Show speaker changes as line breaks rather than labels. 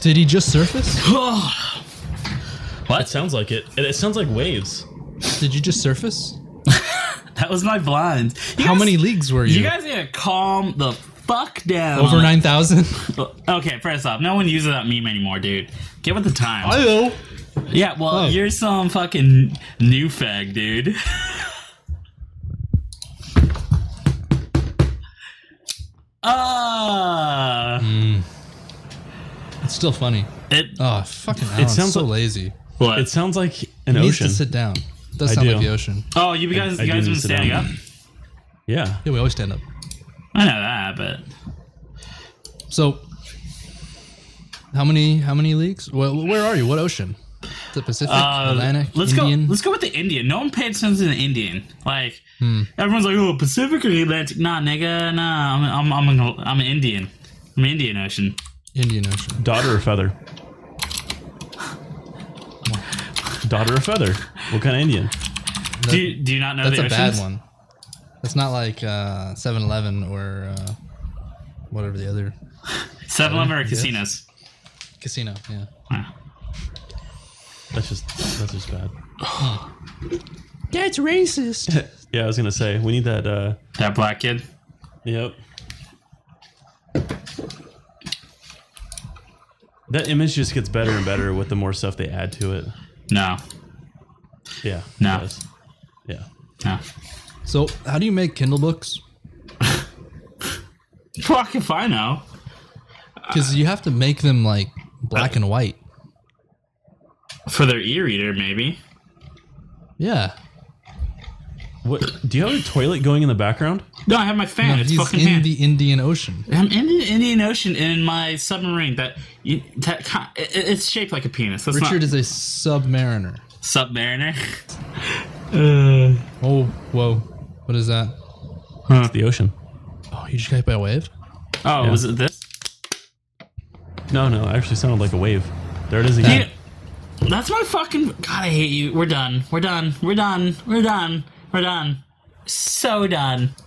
Did he just surface?
It sounds like it. It, it sounds like waves.
Did you just surface?
That was my blind. You
How
guys-
many leagues were you?
You guys gotta calm the fuck down.
Over 9,000?
Okay, first off, no one uses that meme anymore, dude. Get with the time.
know.
Yeah, well,
Oh.
you're some fucking new fag, dude. Ah,
It's still funny.
it.
Oh, fucking Alan,
sounds
so
like-
lazy.
What?
It sounds like an
He needs
ocean.
to sit down. does
I
sound like
do.
the ocean.
oh, you guys,
I
you
do
guys
need
been
to sit
standing
down.
up.
yeah.
Yeah, we always stand up.
I know that, but
So, how many how many leagues? Well, where are you? What ocean? The Pacific,
uh,
Atlantic,
let's
Indian.
go. Let's go with the Indian. No one paid attention to the Indian. Like
Hmm.
everyone's like, oh, Pacific or Atlantic? Nah, nigga, nah. I'm, I'm, I'm, an, I'm an Indian. I'm an Indian Ocean.
Indian Ocean.
Dot or a feather? Dot or a feather? What kind of Indian?
That-
Do you, do you not know
that's
the
a bad
oceans?
one. That's not like uh, 7-Eleven or uh, whatever the other
7 Eleven or
Yes.
casinos?
casino. Yeah.
Wow.
That's just that's just bad.
That's racist.
Yeah, I was gonna say we need that. uh
That black kid.
Yep. That image just gets better and better with the more stuff they add to it.
No,
Yeah. it
No.
does. Yeah.
no.
so, how do you make Kindle books?
Fuck if I know.
Because you have to make them like black and white.
For their e-reader, maybe.
Yeah.
What? Do you have a toilet going in the background?
No, I have my fan. it's
He's
fucking
in
fan.
the Indian Ocean.
I'm in the Indian Ocean in my submarine that, you, that ki- it- it- it's shaped like a penis. That's
Richard is
not
a submariner.
submariner.
Oh, whoa. What is that?
It's the ocean.
Oh, you just got hit by a wave?
Oh,
Yeah.
was it this?
No, no, it actually sounded like a wave. There it is again.
You- that's my fucking. God, I hate you. We're done. We're done. We're done. We're done. We're done. So done.